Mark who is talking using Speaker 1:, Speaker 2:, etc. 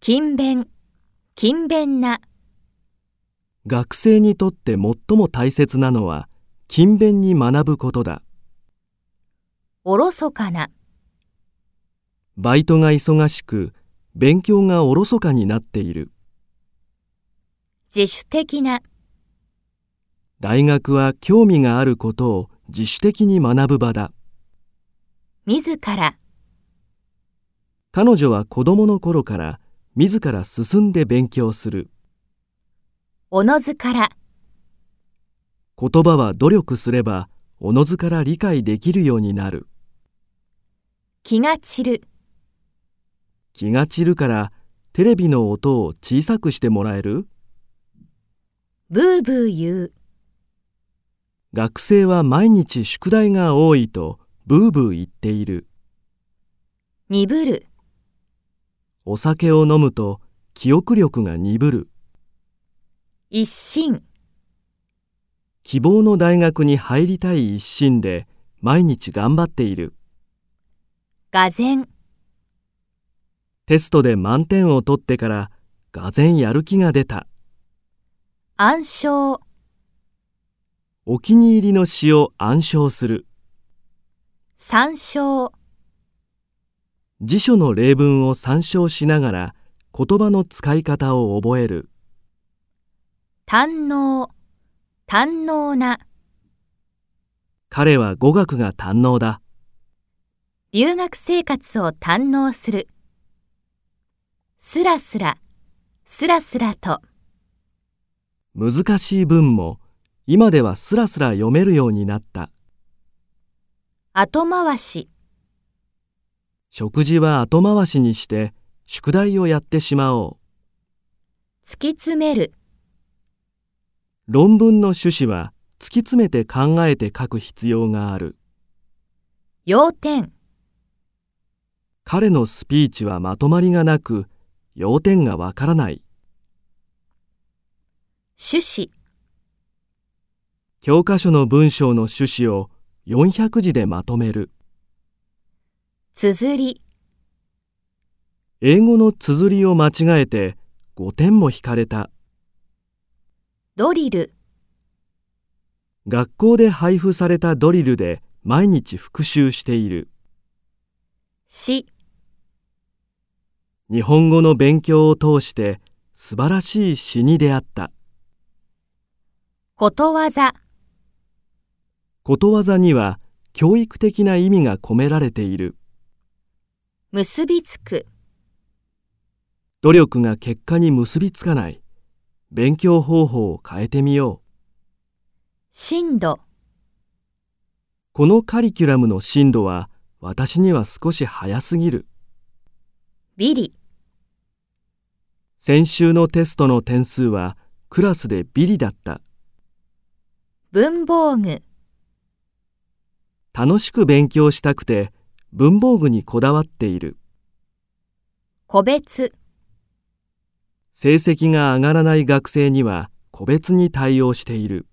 Speaker 1: 勤勉、勤勉な、
Speaker 2: 学生にとって最も大切なのは勤勉に学ぶことだ
Speaker 1: おろそかな、
Speaker 2: バイトが忙しく勉強がおろそかになっている
Speaker 1: 自主的な、
Speaker 2: 大学は興味があることを自主的に学ぶ場だ
Speaker 1: 自ら、
Speaker 2: 彼女は子供の頃から自ら進んで勉強する
Speaker 1: おのずから、
Speaker 2: 言葉は努力すればおのずから理解できるようになる
Speaker 1: 気が散る、
Speaker 2: 気が散るからテレビの音を小さくしてもらえる
Speaker 1: ブーブー言う、
Speaker 2: 学生は毎日宿題が多いとブーブー言っている
Speaker 1: 鈍る、
Speaker 2: お酒を飲むと記憶力が鈍る
Speaker 1: 一心、
Speaker 2: 希望の大学に入りたい一心で毎日頑張っている
Speaker 1: 俄然、
Speaker 2: テストで満点を取ってからがぜんやる気が出た
Speaker 1: 暗唱、
Speaker 2: お気に入りの詩を暗唱する
Speaker 1: 参照、
Speaker 2: 辞書の例文を参照しながら言葉の使い方を覚える
Speaker 1: 堪能、堪能な、
Speaker 2: 彼は語学が堪能だ
Speaker 1: 留学生活を堪能する。すらすら、すらすらと、
Speaker 2: 難しい文も今ではスラスラ読めるようになった
Speaker 1: 後回し、
Speaker 2: 食事は後回しにして宿題をやってしまおう
Speaker 1: 突き詰める、
Speaker 2: 論文の趣旨は突き詰めて考えて書く必要がある
Speaker 1: 要点、
Speaker 2: 彼のスピーチはまとまりがなく要点がわからない
Speaker 1: 趣旨、
Speaker 2: 教科書の文章の趣旨を400字でまとめる
Speaker 1: 綴り、
Speaker 2: 英語の綴りを間違えて5点も引かれた
Speaker 1: ドリル、
Speaker 2: 学校で配布されたドリルで毎日復習している
Speaker 1: 詩、
Speaker 2: 日本語の勉強を通して素晴らしい詩に出会った
Speaker 1: ことわざ、
Speaker 2: ことわざには教育的な意味が込められている
Speaker 1: 結びつく、
Speaker 2: 努力が結果に結びつかない勉強方法を変えてみよう
Speaker 1: 深度、
Speaker 2: このカリキュラムの進度は私には少し早すぎる
Speaker 1: ビリ、
Speaker 2: 先週のテストの点数はクラスでビリだった
Speaker 1: 文房具、
Speaker 2: 楽しく勉強したくて文房具にこだわっている
Speaker 1: 個別、
Speaker 2: 成績が上がらない学生には個別に対応している